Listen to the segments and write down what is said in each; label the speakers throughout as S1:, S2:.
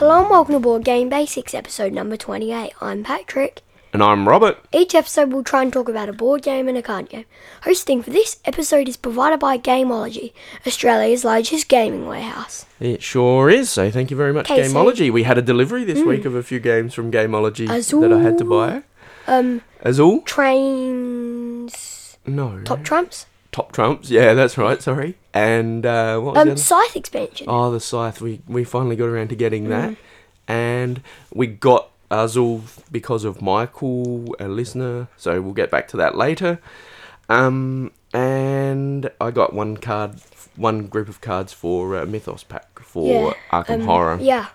S1: welcome to Board Game Basics, episode number 28. I'm Patrick.
S2: And I'm Robert.
S1: Each episode, we'll try and talk about a board game and a card game. Hosting for this episode is provided by Gameology, Australia's largest gaming warehouse.
S2: It sure is. So thank you very much,
S1: Okay, so-
S2: Gameology. we had a delivery this week of a few games from Gameology
S1: Mm. Azul.
S2: that I had to buy.
S1: Um,
S2: Azul?
S1: trains.
S2: No.
S1: Top Trumps?
S2: Top Trumps. Yeah, that's right. Sorry. And uh, what was
S1: Um,
S2: the other?
S1: Scythe expansion.
S2: Oh, the scythe. We we finally got around to
S1: Mm.
S2: getting that, and we got Azul because of Michael, a listener. So we'll get back to that later. Um, and I got one card, one group of cards for uh, Mythos pack for Arkham
S1: um,
S2: Horror.
S1: Yeah.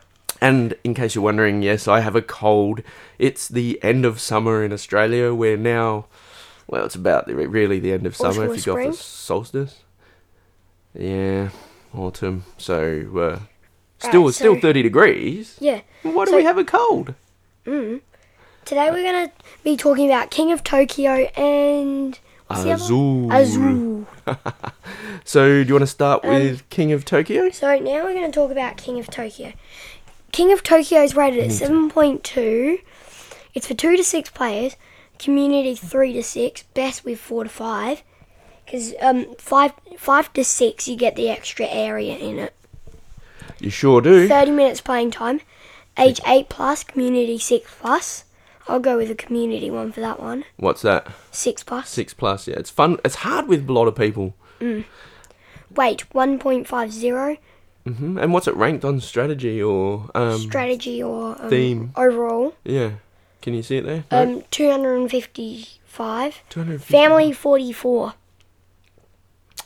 S2: And in case you're wondering, yes, I have a cold. It's the end of summer in Australia. We're now, well, it's about the, really the end of
S1: Autumn
S2: summer
S1: or
S2: if you go off
S1: spring?
S2: the solstice. Yeah, autumn. So uh, still,
S1: Right,
S2: it's still
S1: so-
S2: 30 degrees.
S1: Yeah.
S2: Why do
S1: so-
S2: we have a cold?
S1: Today, we're going to be talking about King of Tokyo and. what's the other
S2: Azul.
S1: one? Azul. Um,
S2: So do you want to start with King of Tokyo?
S1: So now we're going to talk about King of Tokyo. King of Tokyo is rated at 7.2. It's for 2 to 6 players, community 3 to 6, best with 4 to 5. Because um, 5, 5 to 6, you get the extra area in it.
S2: You sure do.
S1: 30 minutes playing time, age 8 plus, community 6 plus. I'll go with the community one for that one.
S2: What's that?
S1: 6 plus.
S2: Six plus. Yeah, it's fun. It's hard with a lot of people.
S1: Weight 1.50,
S2: hmm And what's it ranked on? Strategy or um,
S1: strategy or um,
S2: Theme.
S1: overall.
S2: yeah? Can you see it there? No?
S1: Um, 255.
S2: 250.
S1: Family 44.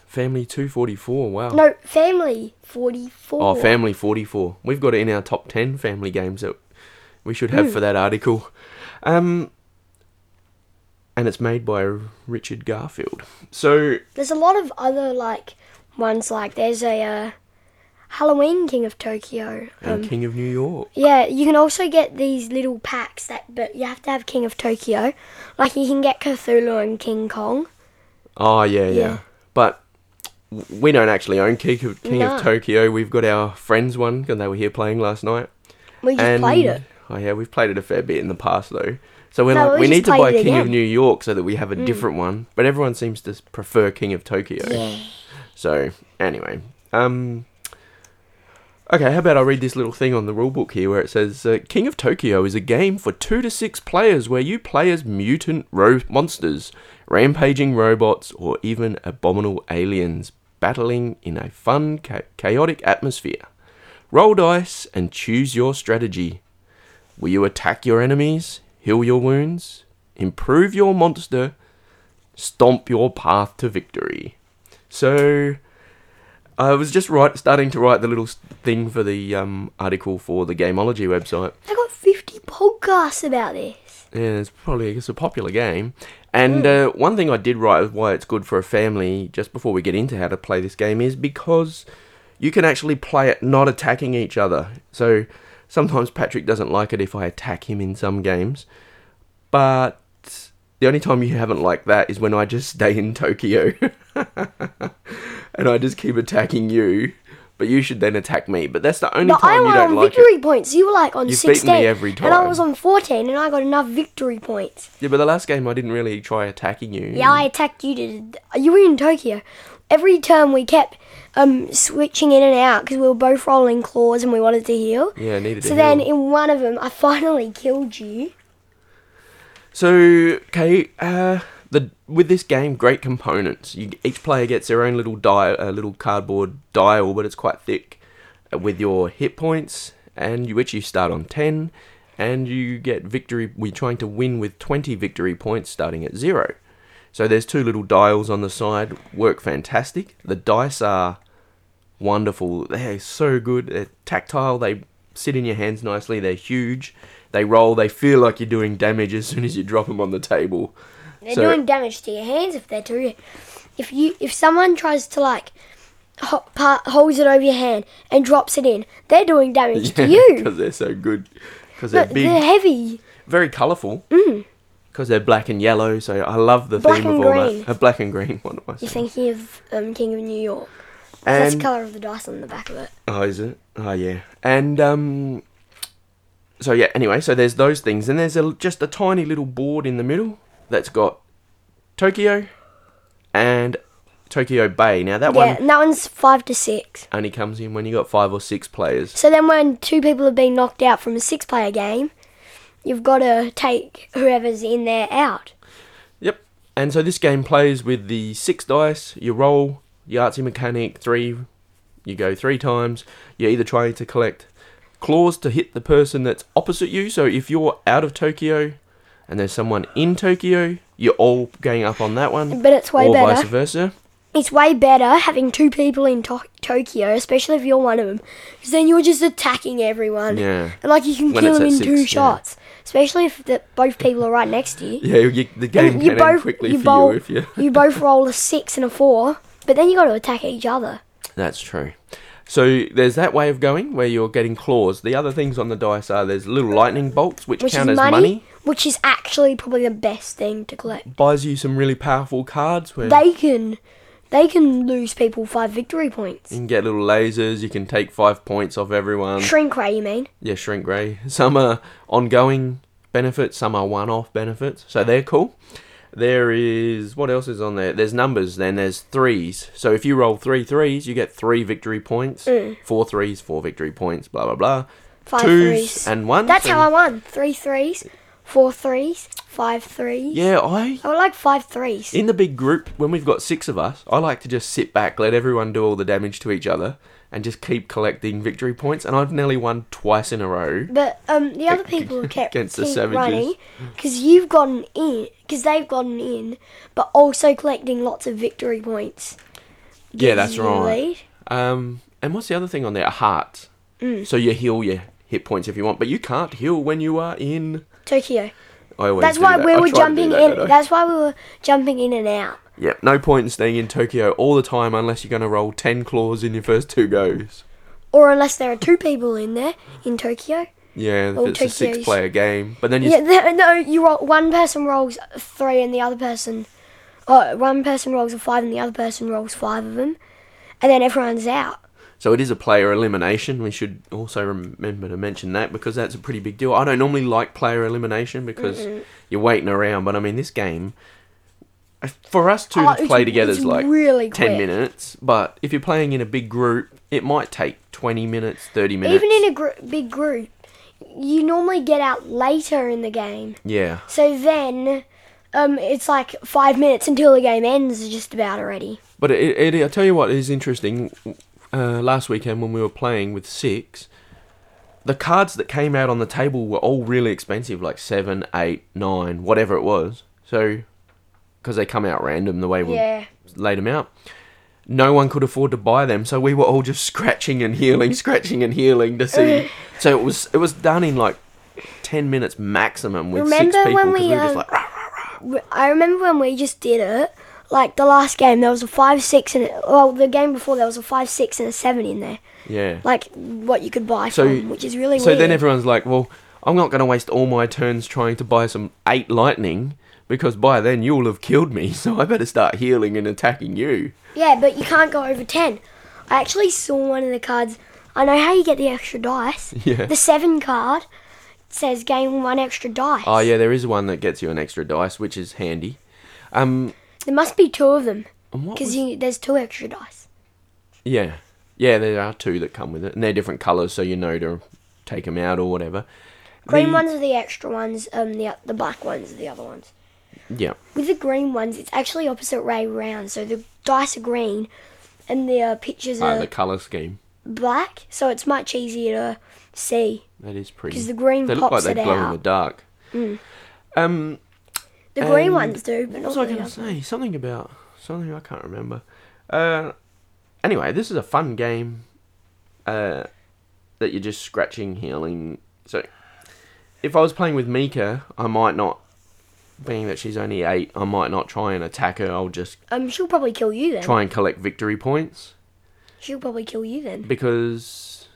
S2: Family 244, wow.
S1: No, family 44.
S2: Oh, Family 44. We've got it in our top 10 family games that we should have for that article. Um, and it's made by Richard Garfield. So,
S1: There's a lot of other, like, ones, like, there's a uh, Halloween King of Tokyo.
S2: and King of New York.
S1: Yeah, you can also get these little packs that, but you have to have King of Tokyo. Like, you can get Cthulhu and King Kong.
S2: Oh, yeah, yeah.
S1: Yeah.
S2: But w- we don't actually own King of, King
S1: No.
S2: of Tokyo. We've got our friends one, and they were here playing last night.
S1: We just
S2: and,
S1: played it.
S2: Oh yeah, we've played it a fair bit in the past though. So we're
S1: No,
S2: like,
S1: we
S2: we
S1: just
S2: need to
S1: played
S2: buy
S1: it
S2: King
S1: again.
S2: of
S1: Mm.
S2: New York so that we have a different one. But everyone seems to s- prefer King of Tokyo. So anyway, um, okay. How about I read this little thing on the rule book here where it says uh, King of Tokyo is a game for two to six players where you play as mutant ro- monsters, rampaging robots, or even abominable aliens battling in a fun, cha- chaotic atmosphere. Roll dice and choose your strategy. Will you attack your enemies, heal your wounds, improve your monster, stomp your path to victory? So, I was just write, starting to write the little s- thing for the um, article for the Gameology website.
S1: I got 50 podcasts about this.
S2: Yeah, it's probably it's a popular game.
S1: Hmm.
S2: And uh, one thing I did write of why it's good for a family, just before we get into how to play this game, is because you can actually play it not attacking each other. So sometimes Patrick doesn't like it if I attack him in some games, but the only time you haven't liked that is when I just stay in Tokyo and I just keep attacking you. But you should then attack me. But that's the only
S1: But I
S2: time you
S1: won
S2: don't
S1: on
S2: like it.
S1: victory points. You were like on
S2: You've beaten me
S1: 16.
S2: every
S1: And I
S2: time.
S1: was on 14, and I got enough victory points.
S2: Yeah, but the last game I didn't really try attacking you.
S1: Yeah, I attacked you. To, you were in Tokyo. Every turn we kept um, switching in and out because we were both rolling claws and we wanted to heal.
S2: Yeah, I needed
S1: so
S2: to
S1: then
S2: heal.
S1: in one of them, I finally killed you.
S2: So, okay, uh, the with this game, great components. You, each player gets their own little dial, a little cardboard dial, but it's quite thick, uh, with your hit points, and you, which you start on ten, and you get victory. We're trying to win with twenty victory points, starting at zero. So there's two little dials on the side. Work fantastic. The dice are wonderful. They're so good. They're tactile. They sit in your hands nicely. They're huge. They roll. They feel like you're doing damage as soon as you drop them on the table.
S1: They're
S2: So-
S1: doing damage to your hands if they're too. If you if someone tries to like ho- pa- holds it over your hand and drops it in, they're doing damage to you.
S2: because they're so good. Because they're
S1: But they're
S2: big,
S1: heavy.
S2: very colourful. Because they're black and yellow. So I love the
S1: Black
S2: theme of
S1: and
S2: all
S1: green.
S2: that. Uh, black and green. What am I
S1: You're
S2: saying?
S1: thinking of um, King of New York. That's the
S2: And
S1: color of the dice on the back of it.
S2: oh, is it? Oh yeah. And um, so yeah, anyway, so there's those things, and there's a, just a tiny little board in the middle that's got Tokyo and Tokyo Bay. Now that
S1: yeah,
S2: one
S1: and that one's five to six.
S2: only comes in when you got five or six players.
S1: So then, when two people have been knocked out from a six-player game, you've got to take whoever's in there out.
S2: Yep. And so this game plays with the six dice. You roll your artsy mechanic three. You go three times. You're either trying to collect claws to hit the person that's opposite you. So if you're out of Tokyo and there's someone in Tokyo, you're all going up on that one.
S1: But it's way
S2: or
S1: better.
S2: vice versa.
S1: It's way better having two people in to- Tokyo, especially if you're one of them, because then you're just attacking everyone.
S2: Yeah.
S1: And like you can
S2: When
S1: kill
S2: it's
S1: them
S2: at
S1: in
S2: six,
S1: two
S2: yeah.
S1: shots, especially if the, both people are right next to you.
S2: Yeah, you, the game
S1: And you
S2: can end
S1: both-
S2: quickly
S1: you
S2: for
S1: bowl-
S2: you if you.
S1: you both roll a six and a four, but then you got to attack each other.
S2: That's true. So there's that way of going where you're getting claws. The other things on the dice are there's little lightning bolts which,
S1: Which
S2: count
S1: is money,
S2: as money.
S1: which is actually probably the best thing to collect.
S2: buys you some really powerful cards where
S1: They can, they can lose people five victory points.
S2: you can get little lasers. You can take five points off everyone.
S1: Shrink ray, you mean?
S2: Yeah, shrink ray. Some are ongoing benefits. Some are one-off benefits. So they're cool. There is what else is on there? There's numbers. Then there's threes. So if you roll three threes, you get three victory points. Four threes, four victory points. Blah blah blah.
S1: Mm. Five
S2: Twos
S1: threes.
S2: and ones.
S1: That's how I
S2: and-
S1: won. Three threes, four threes, five threes.
S2: Yeah, I
S1: I would like five threes.
S2: in the big group when we've got six of us, I like to just sit back, let everyone do all the damage to each other, and just keep collecting victory points. And I've nearly won twice in a row.
S1: But um, the other people who kept
S2: Against the
S1: keep
S2: savages. Mm.
S1: running because you've gotten in, because they've gotten in, but also collecting lots of victory points.
S2: Yeah,
S1: gives
S2: that's
S1: you the
S2: right.
S1: lead.
S2: Um, and what's the other thing on there? A heart.
S1: Mm.
S2: So you heal your hit points if you want, but you can't heal when you are in.
S1: Tokyo.
S2: I always
S1: That's
S2: do
S1: why
S2: that.
S1: we
S2: I
S1: were
S2: try to do
S1: jumping
S2: that,
S1: in.
S2: don't I?
S1: That's why we were jumping in and out.
S2: Yep, no point in staying in Tokyo all the time unless you're going to roll 10 claws in your first two goes.
S1: Or unless there are two people in there in Tokyo.
S2: Yeah, if
S1: Oh,
S2: it's a
S1: Tokyo's-
S2: six player game. But then you
S1: Yeah, there, no, you roll, one person rolls three and the other person, oh, one person rolls a five and the other person rolls five of them, and then everyone's out.
S2: So it is a player elimination. We should also remember to mention that because that's a pretty big deal. I don't normally like player elimination because you're waiting around, but I mean this game uh, for us two
S1: Oh,
S2: to
S1: it's-
S2: play together
S1: it's
S2: is like
S1: really
S2: 10
S1: quick.
S2: minutes, but if you're playing in a big group, it might take 20 minutes, 30 minutes.
S1: Even in a gr- big group, you normally get out later in the game.
S2: yeah.
S1: So then, um, it's like five minutes until the game ends, just about already.
S2: But it, it, I tell you what is interesting. Uh, last weekend when we were playing with six, the cards that came out on the table were all really expensive, like seven, eight, nine, whatever it was. So, because they come out random the way we
S1: Yeah.
S2: laid them out, no one could afford to buy them. So we were all just scratching and healing, scratching and healing to see. so it was it was done in like ten minutes maximum with six
S1: Remember
S2: people
S1: when
S2: 'cause
S1: we,
S2: we were just
S1: um,
S2: like, "Rah, rah, rah."
S1: Re- I remember when we just did it. Like the last game, there was a five, six, and well, the game before there was a five, six, and a seven in there.
S2: yeah.
S1: Like what you could buy
S2: So-
S1: from, which is really
S2: so
S1: weird.
S2: then everyone's like, well, I'm not going to waste all my turns trying to buy some eight lightning because by then you'll have killed me, so I better start healing and attacking you.
S1: Yeah, but you can't go over 10. I actually saw one of the cards. I know how you get the extra dice.
S2: Yeah.
S1: The 7 card says gain one extra dice.
S2: Oh, yeah, there is one that gets you an extra dice, which is handy. Um,
S1: There must be two of them
S2: and what
S1: because
S2: was-
S1: there's two extra dice.
S2: yeah, yeah, there are two that come with it, and they're different colours, so you know to take them out or whatever.
S1: Green
S2: The-
S1: ones are the extra ones, um, the, the black ones are the other ones.
S2: Yeah,
S1: With the green ones, it's actually opposite way round. So the dice are green and the uh, pictures
S2: oh,
S1: are
S2: the colour scheme.
S1: black. So it's much easier to see
S2: That is pretty.
S1: because the green
S2: they look
S1: pops
S2: like they
S1: it
S2: glow in the
S1: out.
S2: dark. Um,
S1: The green
S2: and-
S1: ones do, but not
S2: What was Um, I
S1: the
S2: going to
S1: other.
S2: say? Something about something I can't remember. Uh, anyway, this is a fun game uh, that you're just scratching, healing. So, if I was playing with Mika, I might not, being that she's only eight, I might not try and attack her. I'll just
S1: Um, she'll probably kill you then.
S2: try and collect victory points
S1: She'll probably kill you then.
S2: because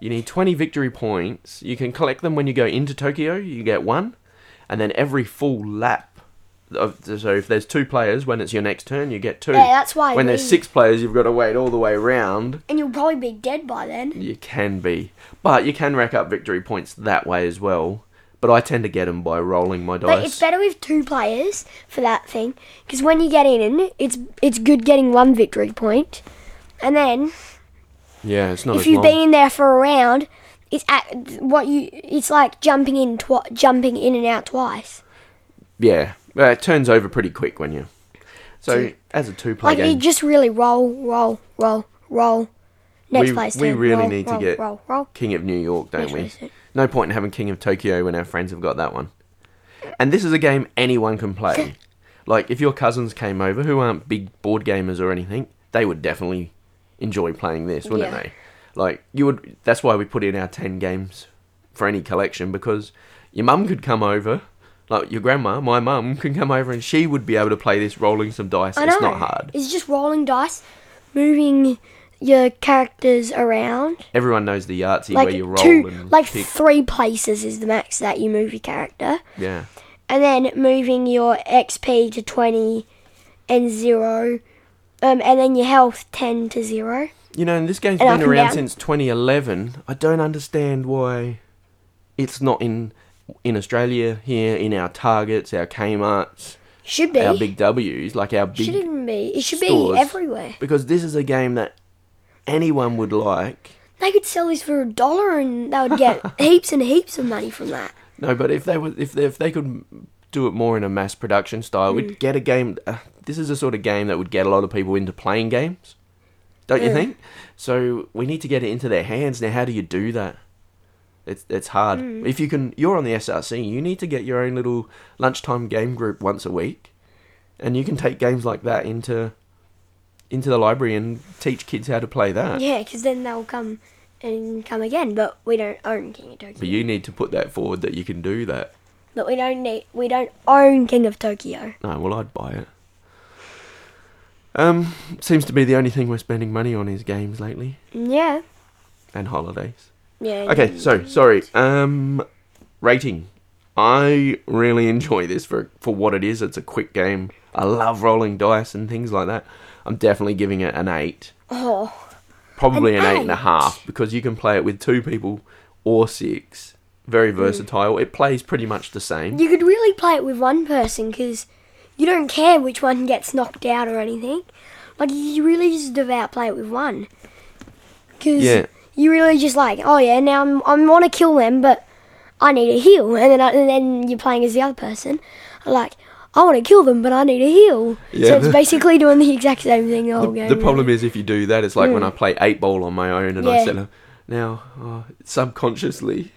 S2: you need 20 victory points. You can collect them when you go into Tokyo, you get one, and then every full lap of- so if there's two players, when it's your next turn, you get two.
S1: Yeah, that's why I
S2: When there's
S1: leave.
S2: six players, you've got to wait all the way round.
S1: And you'll probably be dead by then.
S2: You can be, but you can rack up victory points that way as well. But I tend to get them by rolling my
S1: But it's
S2: dice.
S1: better with two players for that thing, because when you get in, it's it's good getting one victory point, and then
S2: yeah, it's not
S1: if
S2: as
S1: you've
S2: long.
S1: been in there for a round, it's at what you. It's like jumping in, twi- jumping in and out twice.
S2: yeah, uh, it turns over pretty quick when you. So as a two-player
S1: Like you
S2: game,
S1: just really roll, roll, roll, roll. Next
S2: We-
S1: place.
S2: we
S1: turn.
S2: really
S1: roll,
S2: need to
S1: roll,
S2: get-
S1: roll, roll.
S2: King of New York, don't
S1: Next
S2: we?
S1: place.
S2: No point in having King of Tokyo when our friends have got that one. And this is a game anyone can play. like, if your cousins came over who aren't big board gamers or anything, they would definitely enjoy playing this, wouldn't
S1: Yeah.
S2: they? Like, you would. That's why we put in our 10 games for any collection because your mum could come over. Like your grandma, my mum can come over and she would be able to play this rolling some dice.
S1: I know.
S2: It's not hard.
S1: It's just rolling dice, moving your characters around.
S2: Everyone knows the Yahtzee
S1: Like
S2: where you roll
S1: two,
S2: and
S1: like
S2: pick.
S1: three places is the max that you move your character,
S2: yeah.
S1: and then moving your XP to twenty and zero, um, and then your health ten to zero.
S2: You know, and this game's
S1: And up
S2: been
S1: and
S2: around
S1: down.
S2: since 2011. I don't understand why it's not in in Australia here in our Targets, our Kmart's,
S1: Should be.
S2: our Big W's, like our
S1: should
S2: big
S1: even be. It should
S2: stores.
S1: be everywhere.
S2: because this is a game that anyone would like.
S1: They could sell this for a dollar and they would get heaps and heaps of money from that.
S2: No, but if they were if they, if they could do it more in a mass production style, we'd get a game. Uh, this is the sort of game that would get a lot of people into playing games, don't you think? So we need to get it into their hands now. How do you do that? It's it's hard. If you can, you're on the SRC. You need to get your own little lunchtime game group once a week, and you can take games like that into into the library and teach kids how to play that.
S1: Yeah, because then they'll come and come again. But we don't own King of Tokyo.
S2: But you need to put that forward that you can do that.
S1: But we don't need. We don't own King of Tokyo.
S2: No, well, I'd buy it. Um, seems to be the only thing we're spending money on is games lately
S1: Yeah.
S2: and holidays.
S1: Yeah.
S2: Okay, so sorry. Um, rating. I really enjoy this for for what it is. It's a quick game. I love rolling dice and things like that. I'm definitely giving it an eight,
S1: Oh,
S2: probably an,
S1: An
S2: eight and a
S1: eight?
S2: half, because you can play it with two people or six. Very versatile. It plays pretty much the same.
S1: you could really play it with one person because you don't care which one gets knocked out or anything. Like you really just devout play it with one. Because
S2: Yeah.
S1: you really just like, oh yeah, now I'm I want to kill them, but I need a heal, and then I, and then you're playing as the other person, like. I want to kill them, but I need a heal.
S2: Yeah,
S1: so it's
S2: the-
S1: basically doing the exact same thing the whole game. Hmm.
S2: The problem is if you do that, it's like when I play eight ball on my own and I
S1: Yeah.
S2: said, uh, now oh, subconsciously,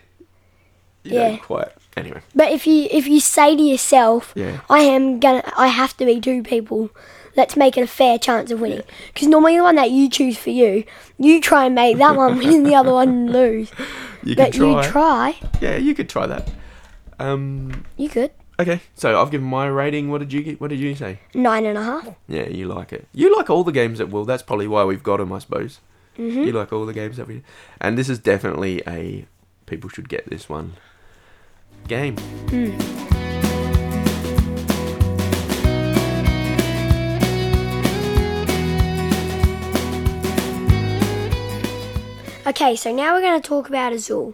S2: you
S1: Yeah.
S2: don't quite. Anyway,
S1: But if you if you say to yourself,
S2: Yeah.
S1: I am gonna, I have to be two people. Let's make it a fair chance of winning. Because normally the one that you choose for you, you try and make that one win and the other one lose.
S2: you could
S1: but
S2: try.
S1: you try,
S2: Yeah, you could try that. Um,
S1: you could
S2: okay, so I've given my rating. What did you get? What did you say?
S1: nine and a half.
S2: Yeah, you like it. You like all the games that will. That's probably why we've got them, I suppose.
S1: Mm-hmm.
S2: You like all the games that we. And this is definitely a people should get this one game.
S1: Okay, so now we're going to talk about Azul.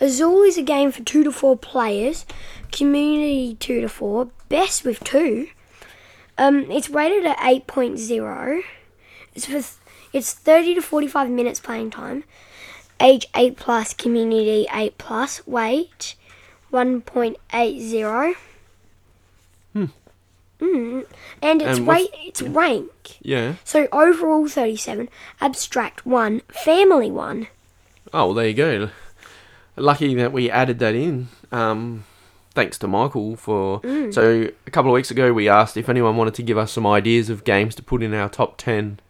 S1: Azul is a game for two to four players, community two to four, best with two. Um, it's rated at 8.0. It's for th- it's 30 to 45 minutes playing time. Age 8 plus, community 8 plus, weight 1.80. Hmm. Mm. And it's
S2: And
S1: weight
S2: what's-
S1: it's rank.
S2: Yeah.
S1: So overall 37, abstract 1, family 1.
S2: Oh, well, there you go. Lucky that we added that in. Um, thanks to Michael for. So, a couple of weeks ago, we asked if anyone wanted to give us some ideas of games to put in our top 10.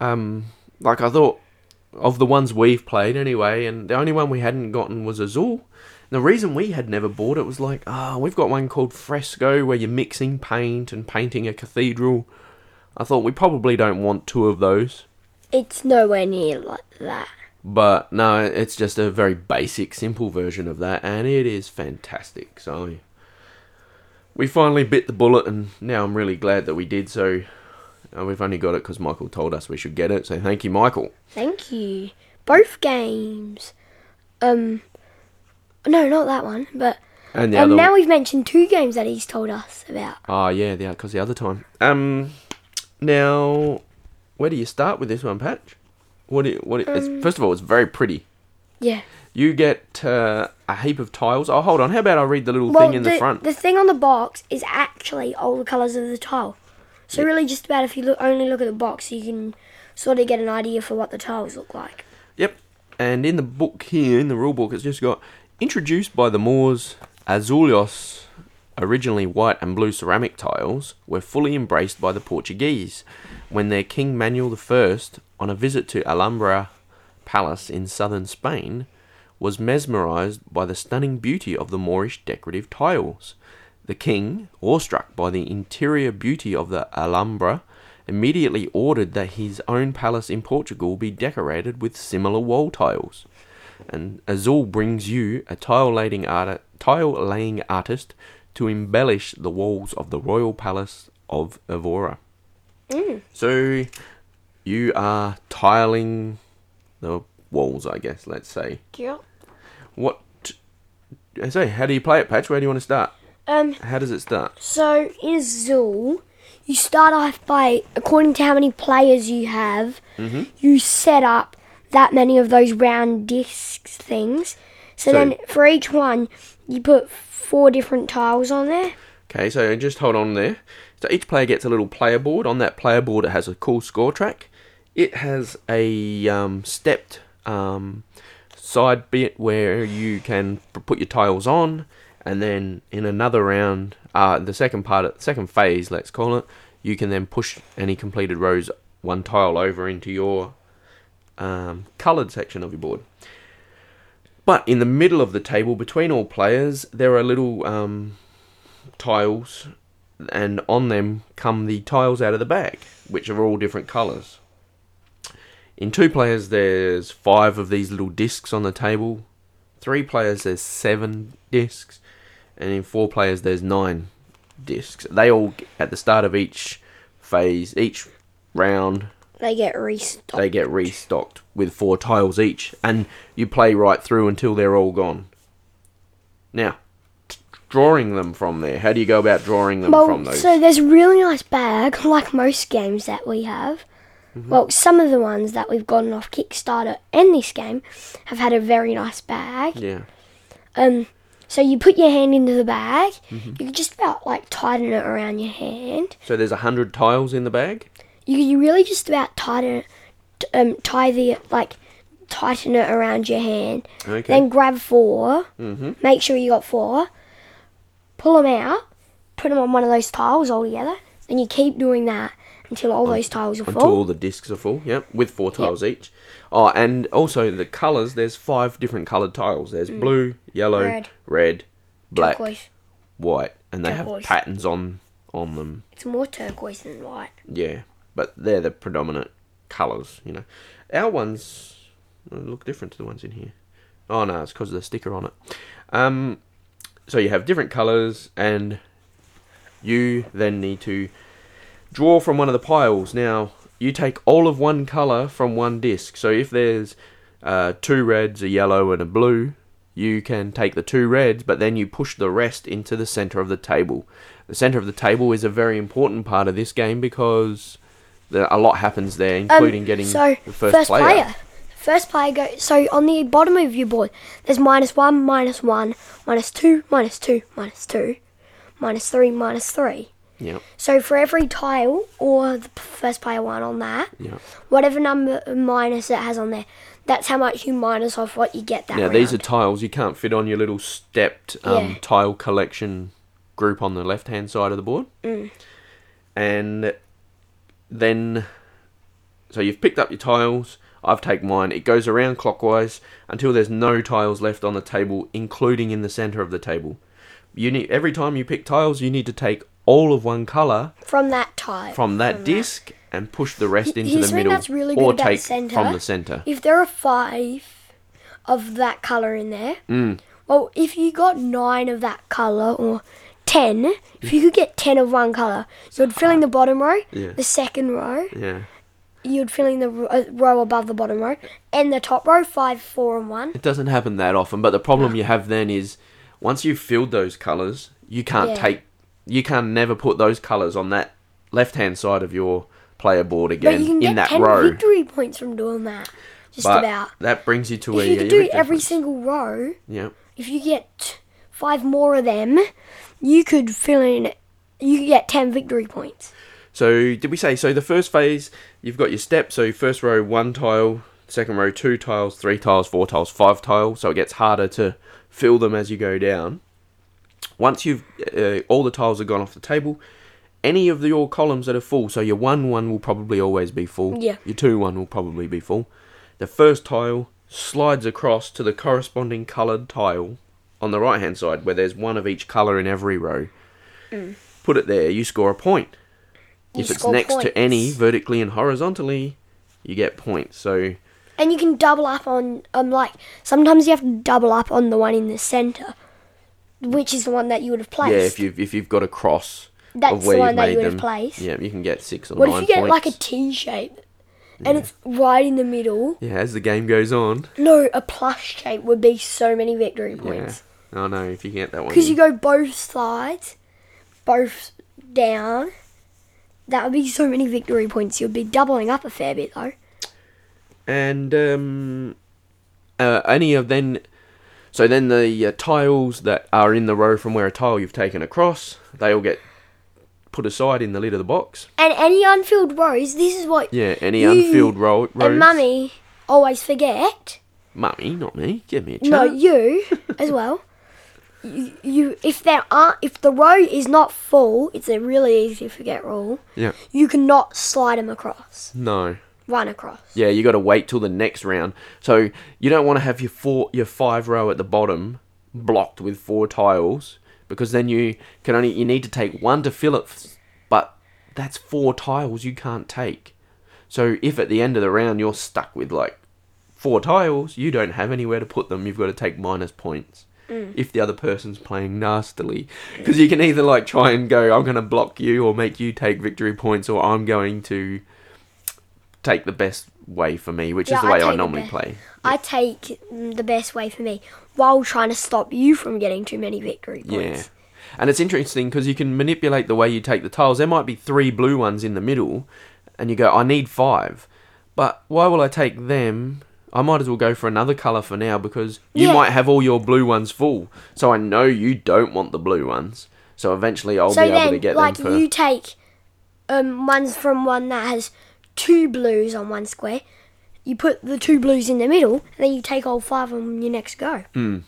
S2: Um, like, I thought of the ones we've played anyway, and the only one we hadn't gotten was Azul. And the reason we had never bought it was like, ah, we've got one called Fresco where you're mixing paint and painting a cathedral. I thought we probably don't want two of those.
S1: It's nowhere near like that.
S2: But no, it's just a very basic, simple version of that, and it is fantastic. So, we finally bit the bullet, and now I'm really glad that we did. So uh, we've only got it because Michael told us we should get it. So thank you, Michael.
S1: Thank you. Both games. Um, no, not that one. But
S2: And the
S1: and
S2: other.
S1: now we've mentioned two games that he's told us about.
S2: Ah, yeah, yeah, because the other time. Um, now, where do you start with this one, Patch? What? Do you, what? do-
S1: Um,
S2: it's, first of all, it's very pretty.
S1: Yeah.
S2: You get uh, a heap of tiles. Oh, hold on. How about I read the little
S1: Well,
S2: thing in the, front?
S1: the thing on the box is actually all the colours of the tile. So really, just about if you look, only look at the box, you can sort of get an idea for what the tiles look like.
S2: Yep. And in the book here, in the rule book, it's just got introduced by the Moors, Azulios, originally white and blue ceramic tiles, were fully embraced by the Portuguese when their King Manuel I, on a visit to Alhambra Palace in southern Spain, was mesmerized by the stunning beauty of the Moorish decorative tiles. The king, awestruck by the interior beauty of the Alhambra, immediately ordered that his own palace in Portugal be decorated with similar wall tiles. And Azul brings you a tile laying, art- tile laying artist to embellish the walls of the royal palace of Evora. So you are tiling the walls, I guess, let's say.
S1: Yeah.
S2: What? I say, how do you play it, Patch? Where do you want to start?
S1: Um.
S2: How does it start?
S1: So in Azul, you start off by according to how many players you have,
S2: Mm-hmm.
S1: you set up that many of those round discs things. So,
S2: So-
S1: then for each one, you put four different tiles on there.
S2: Okay, so just hold on there. So each player gets a little player board. On that player board, it has a cool score track. It has a um, stepped um, side bit where you can p- put your tiles on, and then in another round, uh, the second part, second phase, let's call it, you can then push any completed rows one tile over into your um, coloured section of your board. But in the middle of the table, between all players, there are little um, tiles, and on them come the tiles out of the bag, which are all different colours. In two players, there's five of these little discs on the table. Three players, there's seven discs, and in four players, there's nine discs. They all at the start of each phase, each round,
S1: They get restocked.
S2: they get restocked with four tiles each, and you play right through until they're all gone. Now, t- drawing them from there, how do you go about drawing them
S1: Well,
S2: from those?
S1: so there's a really nice bag, like most games that we have.
S2: Mm-hmm.
S1: Well, some of the ones that we've gotten off Kickstarter and this game have had a very nice bag.
S2: yeah,
S1: Um, so you put your hand into the bag.
S2: Mm-hmm.
S1: You can just about like tighten it around your hand.
S2: so there's a hundred tiles in the bag.
S1: You you really just about tighten it, t- um, tie the like tighten it around your hand.
S2: Okay.
S1: Then grab 4 Mm-hmm. Make sure you got four. Pull them out. Put them on one of those tiles all together. And you keep doing that until all those tiles are
S2: Until all
S1: full.
S2: the discs are full, yep, with four tiles each. Oh, and also the colours, there's five different coloured tiles. There's blue, yellow,
S1: Mm. Red.
S2: red, black,
S1: Turquoise.
S2: white, and they
S1: Turquoise.
S2: have patterns on on them.
S1: It's more turquoise than white.
S2: Yeah, but they're the predominant colours, you know. Our ones look different to the ones in here. Oh no, it's because of the sticker on it. Um, so you have different colours, and you then need to draw from one of the piles. Now you take all of one colour from one disc. So if there's uh, two reds, a yellow, and a blue, you can take the two reds, but then you push the rest into the centre of the table. The centre of the table is a very important part of this game because there, a lot happens there,
S1: Um,
S2: including getting
S1: so
S2: the first, player.
S1: First player go. So on the bottom of your board, there's minus one, minus one, minus two, minus two, minus two, minus three, minus three.
S2: Yep.
S1: So for every tile or the p- first player one on that,
S2: Yep.
S1: whatever number of minus it has on there, that's how much you minus off what you get that
S2: Now
S1: round.
S2: these are tiles you can't fit on your little stepped um,
S1: Yeah.
S2: tile collection group on the left hand side of the board.
S1: Mm.
S2: And then, so you've picked up your tiles. I've taken mine. It goes around clockwise until there's no tiles left on the table, including in the center of the table. You need every time you pick tiles, you need to take all of one color
S1: from that tile.
S2: from that disc and push the rest into
S1: Here's
S2: the
S1: something
S2: middle,
S1: that's really good
S2: or
S1: about
S2: take
S1: centre.
S2: from the center.
S1: If there are five
S2: Mm.
S1: of that colour in there, well, if you got nine of that colour or ten, if you could get ten of one colour, so you'd fill in the bottom row,
S2: Yeah.
S1: the second row,
S2: Yeah.
S1: you'd fill in the ro- uh, row above the bottom row, and the top row, five, four, and one.
S2: It doesn't happen that often, but the problem you have then is once you've filled those colours, you can't
S1: Yeah.
S2: take, you can never put those colours on that left hand side of your player board
S1: But
S2: again
S1: you can
S2: in
S1: get
S2: that
S1: ten
S2: row.
S1: victory points from doing that. Just
S2: but
S1: about.
S2: that brings you to where
S1: If you
S2: get
S1: could
S2: your
S1: do
S2: victory
S1: every
S2: points.
S1: single row,
S2: Yeah.
S1: if you get five more of them, you could fill in. You could get ten victory points.
S2: So did we say so? The first phase, you've got your step. So first row one tile, second row two tiles, three tiles, four tiles, five tile. So it gets harder to fill them as you go down. Once you've uh, all the tiles are gone off the table, any of the, your columns that are full. So your one one will probably always be full.
S1: Yeah.
S2: Your two one will probably be full. The first tile slides across to the corresponding coloured tile on the right hand side, where there's one of each colour in every row. Put it there. You score a point
S1: You
S2: if it's
S1: score
S2: next
S1: points.
S2: to any vertically and horizontally, you get points. So
S1: And you can double up on um like sometimes you have to double up on the one in the center, which is the one that you would have placed.
S2: yeah, if you've if you've got a cross
S1: That's
S2: of
S1: the
S2: where
S1: one
S2: you've
S1: that you
S2: made
S1: would have
S2: them,
S1: placed.
S2: yeah, you can get six or
S1: what
S2: nine
S1: if you get like
S2: points.
S1: a T shape, and it's right in the middle?
S2: yeah, as the game goes on,
S1: No, a plus shape would be so many victory
S2: yeah.
S1: points
S2: I know Oh, if you get that one.
S1: because you
S2: in.
S1: go both sides, both down. That would be so many victory points. You'd be doubling up a fair bit though.
S2: and um, uh, any of then, so then the uh, tiles that are in the row from where a tile you've taken across, they all get put aside in the lid of the box.
S1: And any unfilled rows, this is what
S2: Yeah, any
S1: You
S2: unfilled row. rows.
S1: and mummy always forget.
S2: mummy, not me. Give me a chance.
S1: No, you as well. You, you if there are if the row is not full, it's a really easy to forget rule.
S2: yeah,
S1: You cannot slide them across,
S2: no.
S1: run across.
S2: Yeah, you got to wait till the next round. So you don't want to have your four, your five row at the bottom blocked with four tiles because then you can only you need to take one to fill it. f- But that's four tiles you can't take. So if at the end of the round you're stuck with like four tiles, you don't have anywhere to put them. You've got to take minus points. If the other person's playing nastily, because you can either like try and go, I'm going to block you, or make you take victory points, or I'm going to take the best way for me, which
S1: Yeah,
S2: is the
S1: I
S2: way
S1: take
S2: I
S1: the
S2: normally
S1: best.
S2: play.
S1: I take mm, the best way for me while trying to stop you from getting too many victory
S2: Yeah.
S1: points.
S2: And it's interesting because you can manipulate the way you take the tiles. There might be three blue ones in the middle, and you go, I need five. But why will I take them? I might as well go for another colour for now because you
S1: Yeah.
S2: might have all your blue ones full. So I know you don't want the blue ones. So eventually I'll
S1: So
S2: be able to
S1: then,
S2: get
S1: like
S2: them for.
S1: you take um ones from one that has two blues on one square. You put the two blues in the middle, and then you take all five on your next go.
S2: Hmm.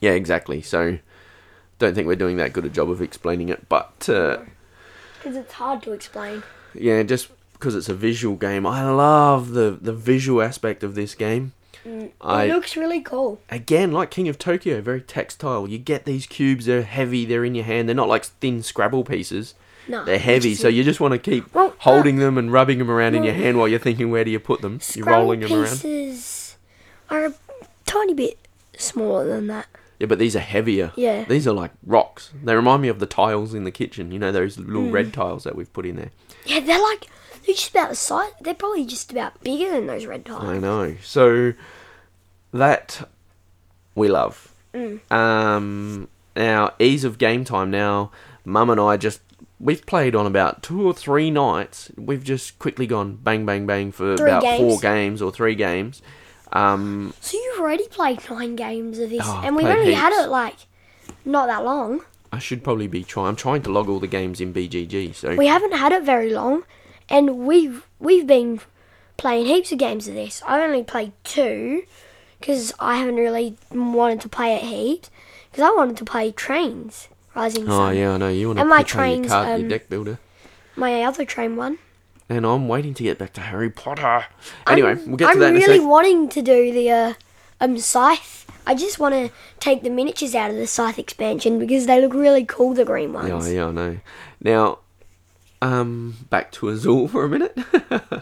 S2: Yeah, exactly. So don't think we're doing that good a job of explaining it. But uh,
S1: Because it's hard to explain.
S2: yeah, just because it's a visual game, I love the, the visual aspect of this game. I
S1: it looks really cool.
S2: again, like King of Tokyo, very textile. You get these cubes, they're heavy, they're in your hand. They're not like thin Scrabble pieces.
S1: No,
S2: They're heavy,
S1: which is
S2: so you just want to keep
S1: Well, uh,
S2: holding them and rubbing them around in your hand while you're thinking, where do you put them? You're
S1: Scrabble
S2: rolling them around.
S1: pieces are a tiny bit smaller than that.
S2: Yeah, but these are heavier.
S1: Yeah.
S2: These are like rocks. They remind me of the tiles in the kitchen, you know, those little
S1: Mm.
S2: red tiles that we've put in there.
S1: Yeah, they're like they're just about the size. They're probably just about bigger than those red tiles.
S2: I know. So that we love.
S1: Mm.
S2: Um, now ease of game time. Now, Mum and I just we've played on about two or three nights. We've just quickly gone bang bang bang for
S1: Three
S2: about four
S1: games.
S2: games or three games. Um,
S1: So you've already played nine games of this,
S2: Oh, I've
S1: and we've
S2: played
S1: only had
S2: heaps.
S1: it like not that long.
S2: I should probably be trying. I'm trying to log all the games in BGG. So
S1: We haven't had it very long, and we've we've been playing heaps of games of this. I only played two because I haven't really wanted to play it heaps because I wanted to play trains Rising
S2: oh
S1: Sun.
S2: yeah, I know you want to
S1: And my
S2: keep playing your
S1: trains,
S2: card, your
S1: um,
S2: deck builder.
S1: My other train one.
S2: And I'm waiting to get back to Harry Potter. Anyway, we'll get to
S1: I'm
S2: that in a
S1: really
S2: sec.
S1: wanting to do the uh, um scythe. I just want to take the miniatures out of the scythe expansion because they look really cool, the green
S2: Yeah,
S1: ones.
S2: yeah, I know. Now, um, back to Azul for a minute.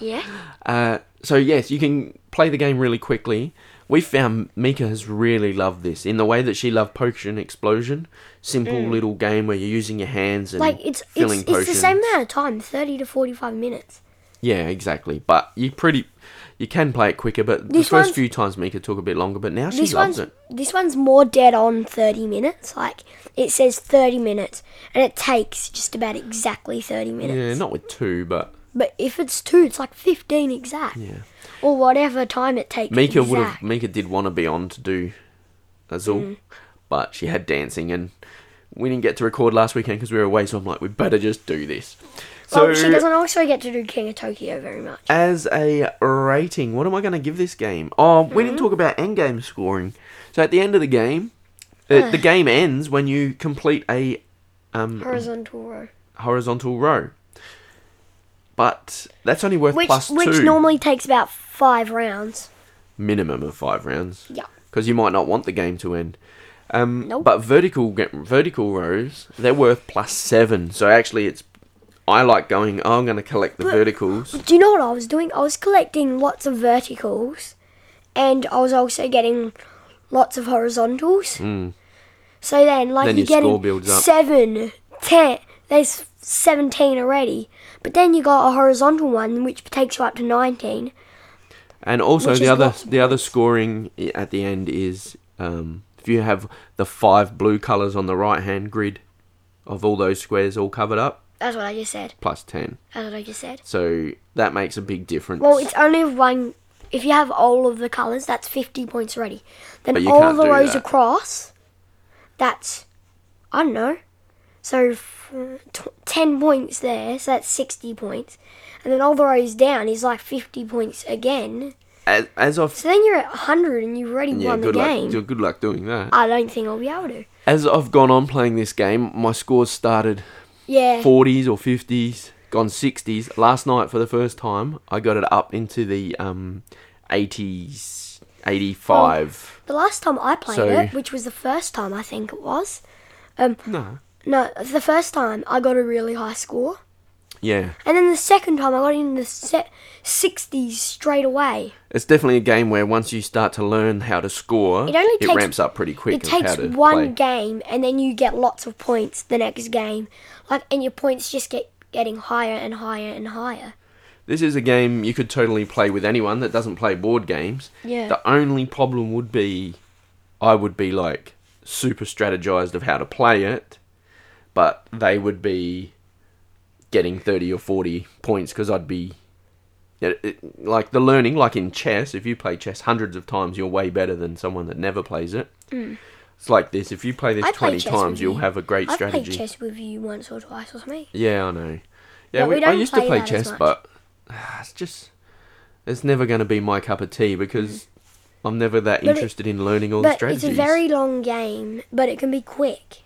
S1: Yeah.
S2: uh, so yes, you can play the game really quickly, we found Mika has really loved this in the way that she loved Potion Explosion, simple little game where you're using your hands and
S1: Mm. Like it's it's,
S2: filling
S1: it's the
S2: potions.
S1: same amount of time, thirty to forty-five minutes.
S2: Yeah, exactly. But you pretty you can play it quicker, but the
S1: This
S2: first
S1: one's-
S2: few times Mika took a bit longer, but now she
S1: This one's
S2: loves it.
S1: this one's more dead on thirty minutes. Like it says thirty minutes, and it takes just about exactly thirty minutes.
S2: Yeah, not with two, but
S1: But if it's two, it's like fifteen exact,
S2: yeah.
S1: or whatever time it takes.
S2: Mika
S1: exact.
S2: would have Mika did want to be on to do Azul,
S1: Mm.
S2: but she had dancing and we didn't get to record last weekend because we were away. So I'm like, we better just do this. So
S1: well, she doesn't also get to do King of Tokyo very much.
S2: as a rating, what am I going to give this game? Oh, we
S1: Mm.
S2: didn't talk about endgame scoring. So at the end of the game, uh, the game ends when you complete a um,
S1: Horizontal row,
S2: horizontal row. But that's only worth
S1: which
S2: plus
S1: which
S2: two
S1: normally takes about five rounds.
S2: minimum of five rounds.
S1: Yeah.
S2: because you might not want the game to end. Um,
S1: Nope.
S2: But vertical ga- vertical rows, they're worth plus seven. So actually, it's I like going. Oh, I'm going to collect the verticals.
S1: Do you know what I was doing? I was collecting lots of verticals, and I was also getting lots of horizontals. So then, like you're
S2: Hmm. Then your score
S1: getting
S2: builds up.
S1: seven, ten. There's seventeen already, but then you got a horizontal one, which takes you up to nineteen.
S2: And also
S1: Which
S2: the
S1: is
S2: other
S1: lots of
S2: the other scoring i- at the end is um, if you have the five blue colors on the right hand grid of all those squares all covered up,
S1: That's what I just said.
S2: plus ten.
S1: That's what I just said.
S2: So that makes a big difference.
S1: Well, it's only one. If you have all of the colours, that's 50 points already.
S2: But
S1: Then
S2: you
S1: all
S2: can't
S1: the
S2: do
S1: rows
S2: that.
S1: across, that's, I don't know. So f- tw 10 points there, so that's 60 points. And then all the rows down is like 50 points again.
S2: as, as of
S1: So then you're at 100 and you've already
S2: yeah,
S1: won the
S2: good
S1: game.
S2: luck. Good luck doing that.
S1: I don't think I'll be able to.
S2: As I've gone on playing this game, my scores started
S1: Yeah.
S2: 40s or 50s, gone 60s. Last night, for the first time, I got it up into the um, 80s, 85.
S1: The last time I played
S2: So-
S1: it, which was the first time I think it was, um,
S2: No.
S1: no, the first time I got a really high score.
S2: Yeah.
S1: And then the second time I got into the se- 60s straight away.
S2: It's definitely a game where once you start to learn how to score,
S1: It only takes-
S2: ramps up pretty quick.
S1: It
S2: of
S1: takes
S2: how to
S1: one
S2: play.
S1: game and then you get lots of points the next game. Like and your points just get getting higher and higher and higher.
S2: This is a game you could totally play with anyone that doesn't play board games.
S1: Yeah.
S2: The only problem would be I would be like super strategized of how to play it, but they would be getting 30 or 40 points because I'd be. It, it, like the learning, like in chess, if you play chess hundreds of times, you're way better than someone that never plays it. It's like this if you play this
S1: Mm. I played
S2: 20
S1: chess
S2: times,
S1: with
S2: you'll
S1: you.
S2: have a great
S1: I've
S2: strategy.
S1: played chess with you once or twice or something.
S2: Yeah, I know. Yeah,
S1: But
S2: we,
S1: we
S2: I
S1: don't
S2: used to
S1: play
S2: play
S1: that as
S2: chess,
S1: much.
S2: but ah, it's just it's never going to be my cup of tea because I'm never that
S1: But it-
S2: interested in learning all the
S1: But
S2: strategies.
S1: it's a very long game, but it can be quick.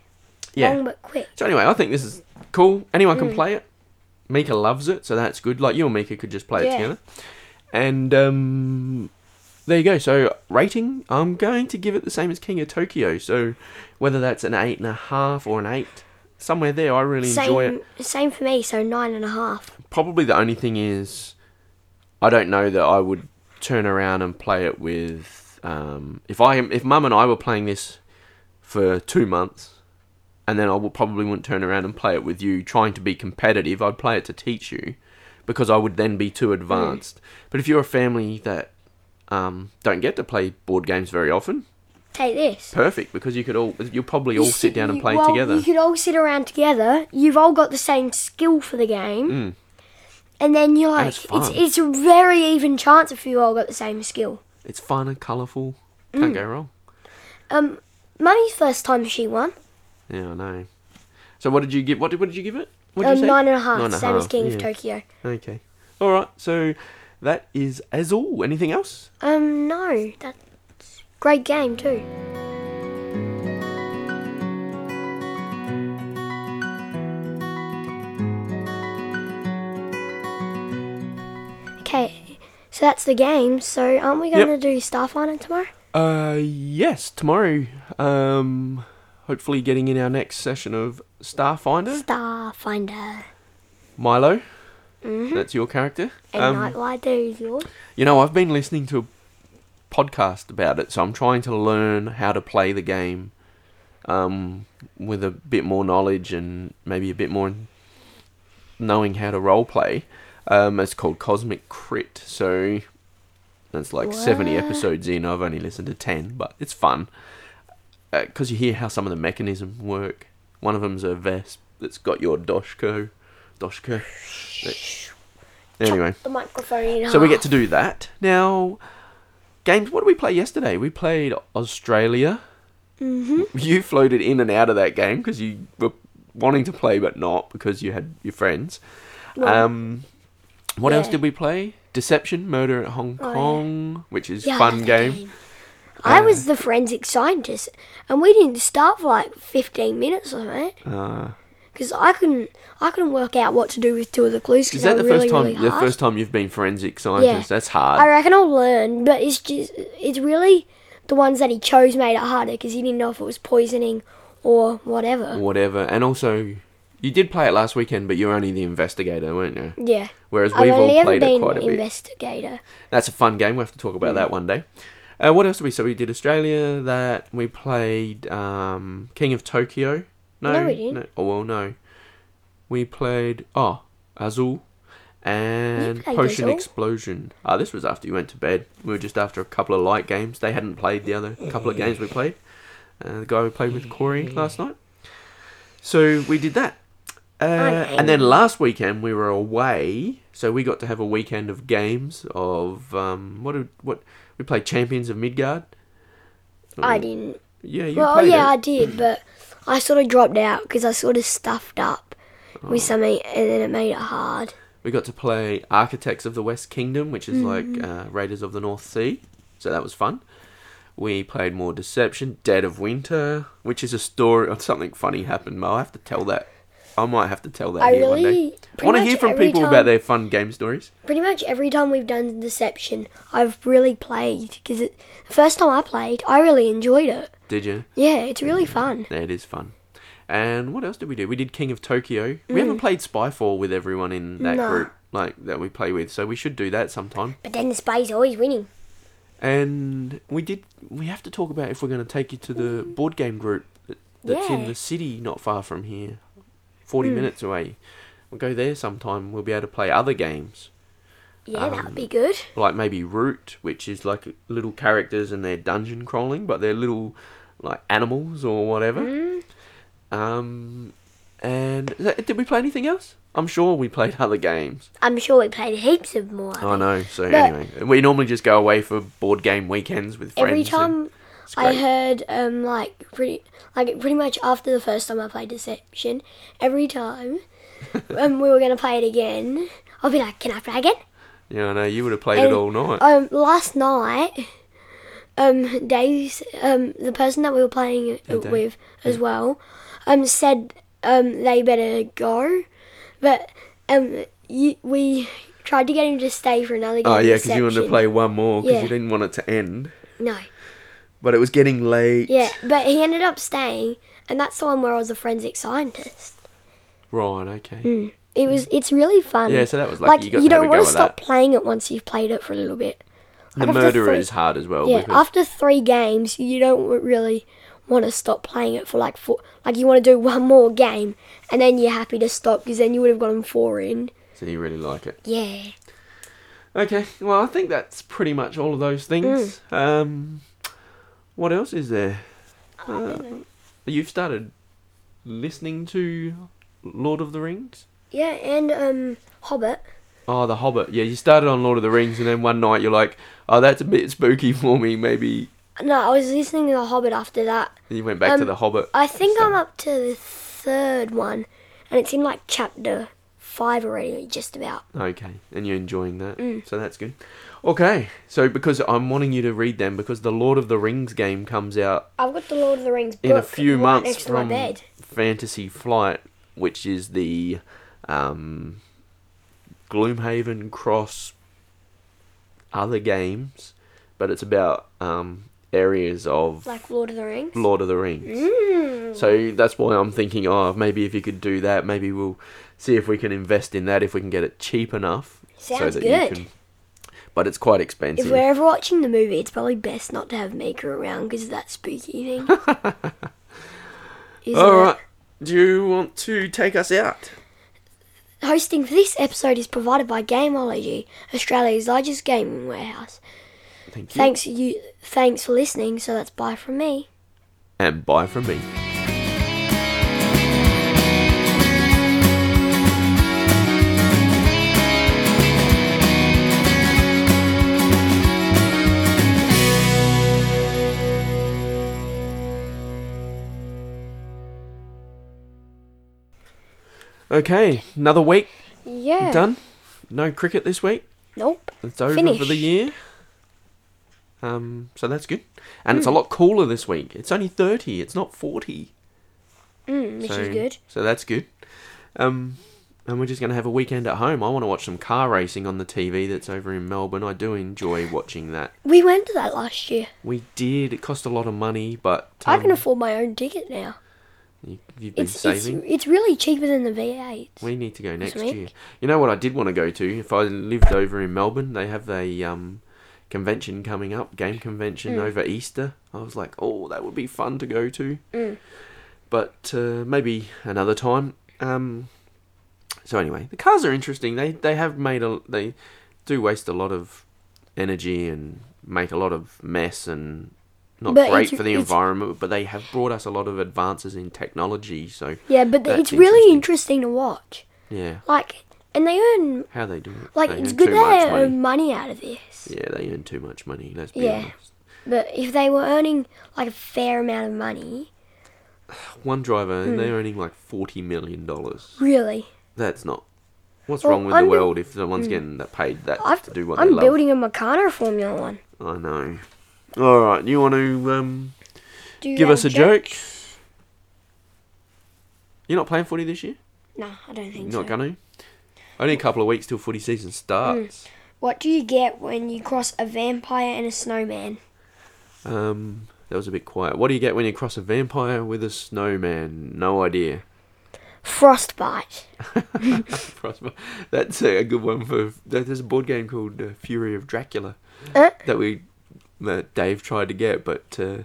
S2: yeah.
S1: Long Mm. but quick.
S2: So anyway, I think this is cool. Anyone can play it. Mika loves it, so that's good. Like you and Mika could just play it
S1: Yeah.
S2: together. And um, there you go. So rating, I'm going to give it the same as King of Tokyo. So whether that's an eight and a half or an eight, somewhere there, I really enjoy it.
S1: Same same for me, so nine and a half.
S2: probably the only thing is I don't know that I would turn around and play it with um, if I am if mum and I were playing this for two months and then I would probably wouldn't turn around and play it with you trying to be competitive I'd play it to teach you because I would then be
S1: Mm.
S2: too advanced but if you're a family that um, don't get to play board games very often
S1: Take this.
S2: perfect because you could all you'll probably all
S1: You
S2: sit down and
S1: you-
S2: play
S1: well,
S2: together
S1: You could all sit around together. You've all got the same skill for the game. And then you're like,
S2: Mm. And it's
S1: it's,
S2: fun.
S1: it's a very even chance if you all got the same skill.
S2: it's fun and colourful
S1: Mm.
S2: can't go wrong
S1: Um, Mummy's first time she won,
S2: Yeah, I know. So what did you give? What did, what did you give it? What did
S1: um,
S2: you say?
S1: nine and a half,
S2: Nine and a
S1: same as
S2: half,
S1: King
S2: yeah.
S1: of Tokyo.
S2: Okay. All right. So that is as all. Anything else?
S1: Um, no, that's great game too. Okay, so that's the game. So aren't we
S2: Yep.
S1: going to do stuff on it tomorrow?
S2: Uh, yes. Tomorrow. Um, hopefully getting in our next session of Starfinder.
S1: Starfinder
S2: Milo. That's your character.
S1: Mm-hmm. and
S2: um,
S1: Nightlight. There is yours.
S2: You know, I've been listening to podcast about it, so I'm trying to learn how to play the game um, with a bit more knowledge and maybe a bit more knowing how to role play. Um, it's called Cosmic Crit, so that's like 70
S1: Wow.
S2: episodes in. I've only listened to 10, but it's fun because you hear how some of the mechanisms work. One of them's a vest that's got your Doshko. Doshko. Anyway,
S1: The microphone in
S2: so we get
S1: half.
S2: to do that. Now, games, what did we play yesterday? We played Australia. Mm-hmm. You floated in and out of that game because you were wanting to play but not because you had your friends. um, what else
S1: yeah. Oh,
S2: did we play? Deception, Murder at Hong
S1: yeah.
S2: Kong, which is
S1: Yeah, I
S2: fun
S1: love that
S2: game. uh,
S1: I was the forensic scientist, and we didn't start for like 15 minutes on it
S2: Uh,
S1: because I couldn't I couldn't work out what to do with two of the clues. 'cause
S2: is that
S1: they
S2: the
S1: were
S2: first
S1: really,
S2: time?
S1: really
S2: the
S1: hard.
S2: first time you've been forensic scientist? That's hard.
S1: I reckon I'll learn, but it's just it's really the ones that he chose made it harder because he didn't know if it was poisoning or whatever.
S2: whatever. And also, you did play it last weekend, but you were only the investigator, weren't you?
S1: Yeah,
S2: Whereas
S1: I've
S2: we've
S1: only
S2: all
S1: ever
S2: played it
S1: been
S2: quite a bit.
S1: investigator.
S2: That's a fun game. We will have to talk
S1: Hmm.
S2: about that one day. Uh, what else did we? So we did Australia. That we played um, King of Tokyo. No,
S1: No, we didn't.
S2: oh well, no. We played oh Azul and
S1: You played
S2: Potion
S1: Azul?
S2: Explosion. Ah, this was after you went to bed. We were just after a couple of light games. They hadn't played the other couple of games we played. Uh, the guy we played with Corey last night. So we did that. Uh,
S1: Okay.
S2: and then last weekend we were away, so we got to have a weekend of games of um, what did, what we played Champions of Midgard. Oh,
S1: I didn't.
S2: Yeah, Hmm. you
S1: Well,
S2: played
S1: yeah, I
S2: it.
S1: did, but I sort of dropped out because I sort of stuffed up
S2: Oh.
S1: with something, and then it made it hard.
S2: We got to play Architects of the West Kingdom, which is like uh,
S1: Mm-hmm.
S2: Raiders of the North Sea, so that was fun. We played more Deception, Dead of Winter, which is a story of something funny happened. I'll have to tell that. I might have to tell that
S1: I
S2: here one day.
S1: really-
S2: I
S1: pretty
S2: want to
S1: much
S2: hear from
S1: every
S2: people
S1: time-
S2: about their fun game stories.
S1: Pretty much every time we've done deception, I've really played because the first time I played, I really enjoyed it.
S2: Did you?
S1: Yeah, it's really fun.
S2: Yeah, It is fun. And what else did we do? We did King of Tokyo. We haven't played Spyfall with everyone in that
S1: Mm. No.
S2: group like that we play with, so we should do that sometime.
S1: But then the spy's always winning.
S2: And we did. We have to talk about if we're going to take you to the board game group that, that's in
S1: Mm. Yeah. Mm.
S2: the city, not far from here, forty minutes away. We'll go there sometime. We'll be able to play other games,
S1: Yeah, that would be good.
S2: like maybe Root, which is like little characters and they're dungeon crawling, but they're little like animals or whatever.
S1: Mm.
S2: Um, and is that- did we play anything else? I'm sure we played other games.
S1: I'm sure we played heaps of more.
S2: I know. So
S1: But-
S2: anyway, we normally just go away for board game weekends with friends.
S1: Every
S2: and
S1: time
S2: it's
S1: I
S2: great.
S1: heard, um, like pretty, like pretty much after the first time I played Deception, every time, um, we were gonna play it again. I'll be like, can I play again?
S2: yeah, I know you would have played it
S1: and-
S2: all night.
S1: Um, last night, um, Dave's, um, the person that we were playing it
S2: Dave.
S1: with as well, um, said, um, they better go, but, um, you, we tried to get him to stay for another game.
S2: oh
S1: of
S2: yeah, because you wanted to
S1: Deception.
S2: play one more because
S1: Yeah.
S2: you didn't want it to end,
S1: No.
S2: but it was getting late.
S1: Yeah, but he ended up staying, and that's the one where I was a forensic scientist.
S2: Right. Okay.
S1: It was, it's really fun.
S2: Yeah, so that was lucky.
S1: like
S2: You got
S1: you,
S2: to have
S1: don't
S2: a
S1: want
S2: go
S1: to
S2: at
S1: stop
S2: that.
S1: playing it once you've played it for a little bit.
S2: The
S1: after
S2: murderer
S1: three-
S2: is hard as well.
S1: Yeah,
S2: because
S1: after three games, you don't w- really want to stop playing it for like four. Like you want to do one more game, and then you're happy to stop because then you would have gotten four in.
S2: so you really like it.
S1: Yeah.
S2: Okay, well, I think that's pretty much all of those things.
S1: Mm.
S2: Um, what else is there? Uh, you've started listening to Lord of the Rings?
S1: Yeah, and um, Hobbit.
S2: Oh, The Hobbit. Yeah, you started on Lord of the Rings, and then one night you're like, oh, that's a bit spooky for me. Maybe
S1: No, I was listening to the Hobbit after that.
S2: you went back to
S1: Um,
S2: The Hobbit.
S1: I think I'm
S2: So-
S1: up to the third one, and it's in like chapter five already, just about.
S2: Okay, and you're enjoying that,
S1: Mm.
S2: so that's good. Okay, so because I'm wanting you to read them, because the Lord of the Rings game comes out
S1: I've got the Lord of the Rings book
S2: in a few
S1: right
S2: months
S1: next to
S2: from
S1: my bed.
S2: Fantasy Flight, which is the um, Gloomhaven cross other games, but it's about um, areas of
S1: Like Mm. Lord of the Rings. Hmm.
S2: Lord of the Rings. So that's why I'm thinking, oh, maybe if you could do that, maybe we'll see if we can invest in that if we can get it cheap enough.
S1: Sounds
S2: you
S1: good.
S2: can- but it's quite
S1: If
S2: expensive.
S1: we're ever watching the movie, it's probably best not to have Maker around because of that spooky thing. Isn't
S2: All
S1: it?
S2: right. Do you want to take us out?
S1: Hosting for this episode is provided by Gameology, Australia's largest gaming warehouse.
S2: Thank you.
S1: Thanks you thanks for listening, so that's bye from me.
S2: And bye from me. Okay, another week
S1: Yeah.
S2: done. No cricket this week.
S1: Nope.
S2: It's over for the
S1: Finished.
S2: year. Um, so that's good. And
S1: Hmm.
S2: it's a lot cooler this week. It's only 30, it's not 40.
S1: Mm, which
S2: so,
S1: is good.
S2: So that's good. Um, and we're just going to have a weekend at home. I want to watch some car racing on the TV that's over in Melbourne. I do enjoy watching that.
S1: We went to that last year.
S2: We did. It cost a lot of money, but um,
S1: I can afford my own ticket now.
S2: you, you've been
S1: It's it's,
S2: saving.
S1: it's really cheaper than the V8.
S2: We need to go next
S1: week.
S2: year. You know what I did want to go to? If I lived over in Melbourne, they have a um, convention coming up, game convention
S1: Hmm.
S2: over Easter. I was like, oh, that would be fun to go to.
S1: Hmm.
S2: But uh, maybe another time. Um, so anyway, the cars are interesting. They they have made a they do waste a lot of energy and make a lot of mess and not
S1: But
S2: great
S1: it's-
S2: for the
S1: it's-
S2: environment. But they have brought us a lot of advances in technology. So
S1: Yeah, but th- it's
S2: That's
S1: really interesting to watch.
S2: yeah,
S1: Like, and they earn
S2: how they do it.
S1: like
S2: They
S1: it's
S2: earn
S1: good
S2: too
S1: that
S2: much
S1: they
S2: money.
S1: earn money out of this.
S2: Yeah, they earn too much money. Let's be
S1: Yeah.
S2: honest.
S1: But if they were earning like a fair amount of money,
S2: One driver, and
S1: Hmm.
S2: they're earning like forty million dollars.
S1: really,
S2: That's not. What's
S1: Well,
S2: wrong with
S1: I'm
S2: the
S1: bu-
S2: world if someone's getting that paid that
S1: I've,
S2: to do what they
S1: I'm
S2: love?
S1: building a Meccano Formula One.
S2: I know. All right, you want to um,
S1: Do you
S2: give
S1: have
S2: us a joke? You're not playing footy this year.
S1: No, I don't think
S2: You're
S1: so.
S2: not gonna. Only a couple of weeks till footy
S1: Hmm.
S2: season starts.
S1: What do you get when you cross a vampire and a snowman?
S2: Um, that was a bit quiet. What do you get when you cross a vampire with a snowman? No idea.
S1: Frostbite.
S2: Frostbite. That's a, a good one for. there- There's a board game called uh, Fury of Dracula
S1: Uh,
S2: that we that Dave tried to get, but uh,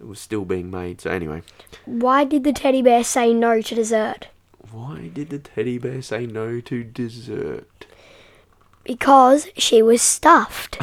S2: it was still being made. So anyway,
S1: why did the teddy bear say no to dessert?
S2: why did the teddy bear say no to dessert?
S1: Because she was stuffed.